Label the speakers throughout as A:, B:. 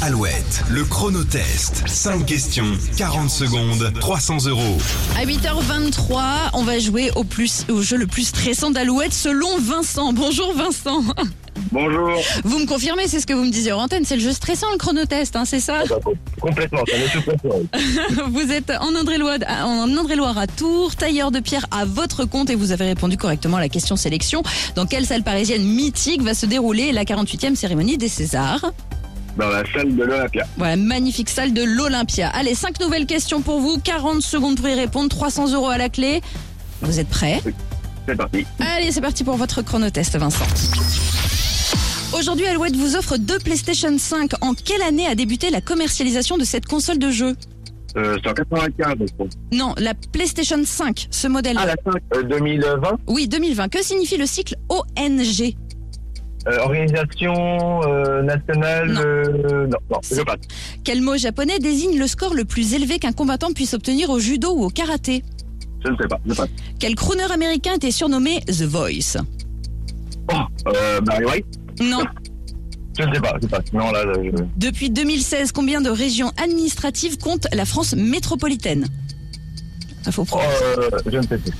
A: Alouette, le chronotest. 5 questions, 40 secondes, 300 euros.
B: À 8h23, on va jouer au, plus, au jeu le plus stressant d'Alouette selon Vincent. Bonjour Vincent.
C: Bonjour.
B: Vous me confirmez, c'est ce que vous me disiez en antenne, c'est le jeu stressant le chronotest, hein, c'est ça
C: Bah, com- Complètement, ça me complètement.
B: Vous êtes en Indre-et-Loire à- en Indre-et-Loire à Tours, tailleur de pierre à votre compte et vous avez répondu correctement à la question sélection. Dans quelle salle parisienne mythique va se dérouler la 48e cérémonie des Césars
C: Dans la salle de l'Olympia.
B: Voilà, magnifique salle de l'Olympia. Allez, 5 nouvelles questions pour vous, 40 secondes pour y répondre, 300 euros à la clé. Vous êtes prêts
C: C'est parti.
B: Allez, c'est parti pour votre chronotest, Vincent. Aujourd'hui, Alouette vous offre deux PlayStation 5. En quelle année a débuté la commercialisation de cette console de jeu
C: Euh, c'est en 95, je crois.
B: Non, la PlayStation 5, ce modèle.
C: Ah, la 5. Euh, 2020.
B: Oui, 2020. Que signifie le cycle ONG
C: Euh, organisation euh, nationale.
B: Non.
C: euh, non, non, je passe.
B: Quel mot japonais désigne le score le plus élevé qu'un combattant puisse obtenir au judo ou au karaté
C: Je ne sais pas, je passe.
B: Quel crooner américain était surnommé The Voice
C: Oh, euh, Barry White
B: Non.
C: Je ne sais pas, je passe. Non, là, là, je...
B: Depuis 2016, combien de régions administratives compte la France métropolitaine Ah, faut
C: Oh,
B: prendre
C: euh, je ne sais plus.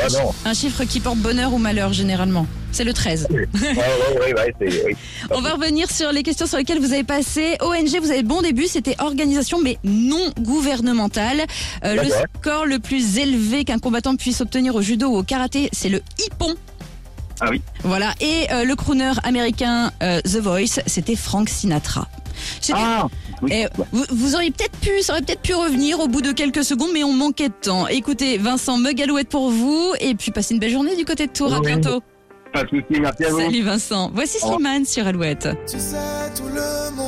C: Ah non.
B: Un chiffre qui porte bonheur ou malheur généralement. C'est le 13.
C: Ouais, ouais, ouais, ouais, c'est... Oui.
B: On va revenir sur les questions sur lesquelles vous avez passé. ONG, vous avez bon début, c'était organisation mais non gouvernementale. Euh, le
C: D'accord.
B: score le plus élevé qu'un combattant puisse obtenir au judo ou au karaté, c'est le hippon.
C: Ah oui.
B: Voilà. Et euh, le crooner américain euh, The Voice, c'était Frank Sinatra. C'était-
C: Ah oui.
B: Eh,
C: ouais.
B: vous, vous auriez peut-être pu, ça aurait peut-être pu revenir au bout de quelques secondes, mais on manquait de temps. Écoutez, Vincent Megalouette pour vous, et puis passez une belle journée du côté de Tours. À
C: Oui.
B: bientôt.
C: Pas de soucis, merci à vous.
B: Salut Vincent. Voici
C: Au revoir.
B: Slimane sur Alouette.
D: Tu sais, tout le monde.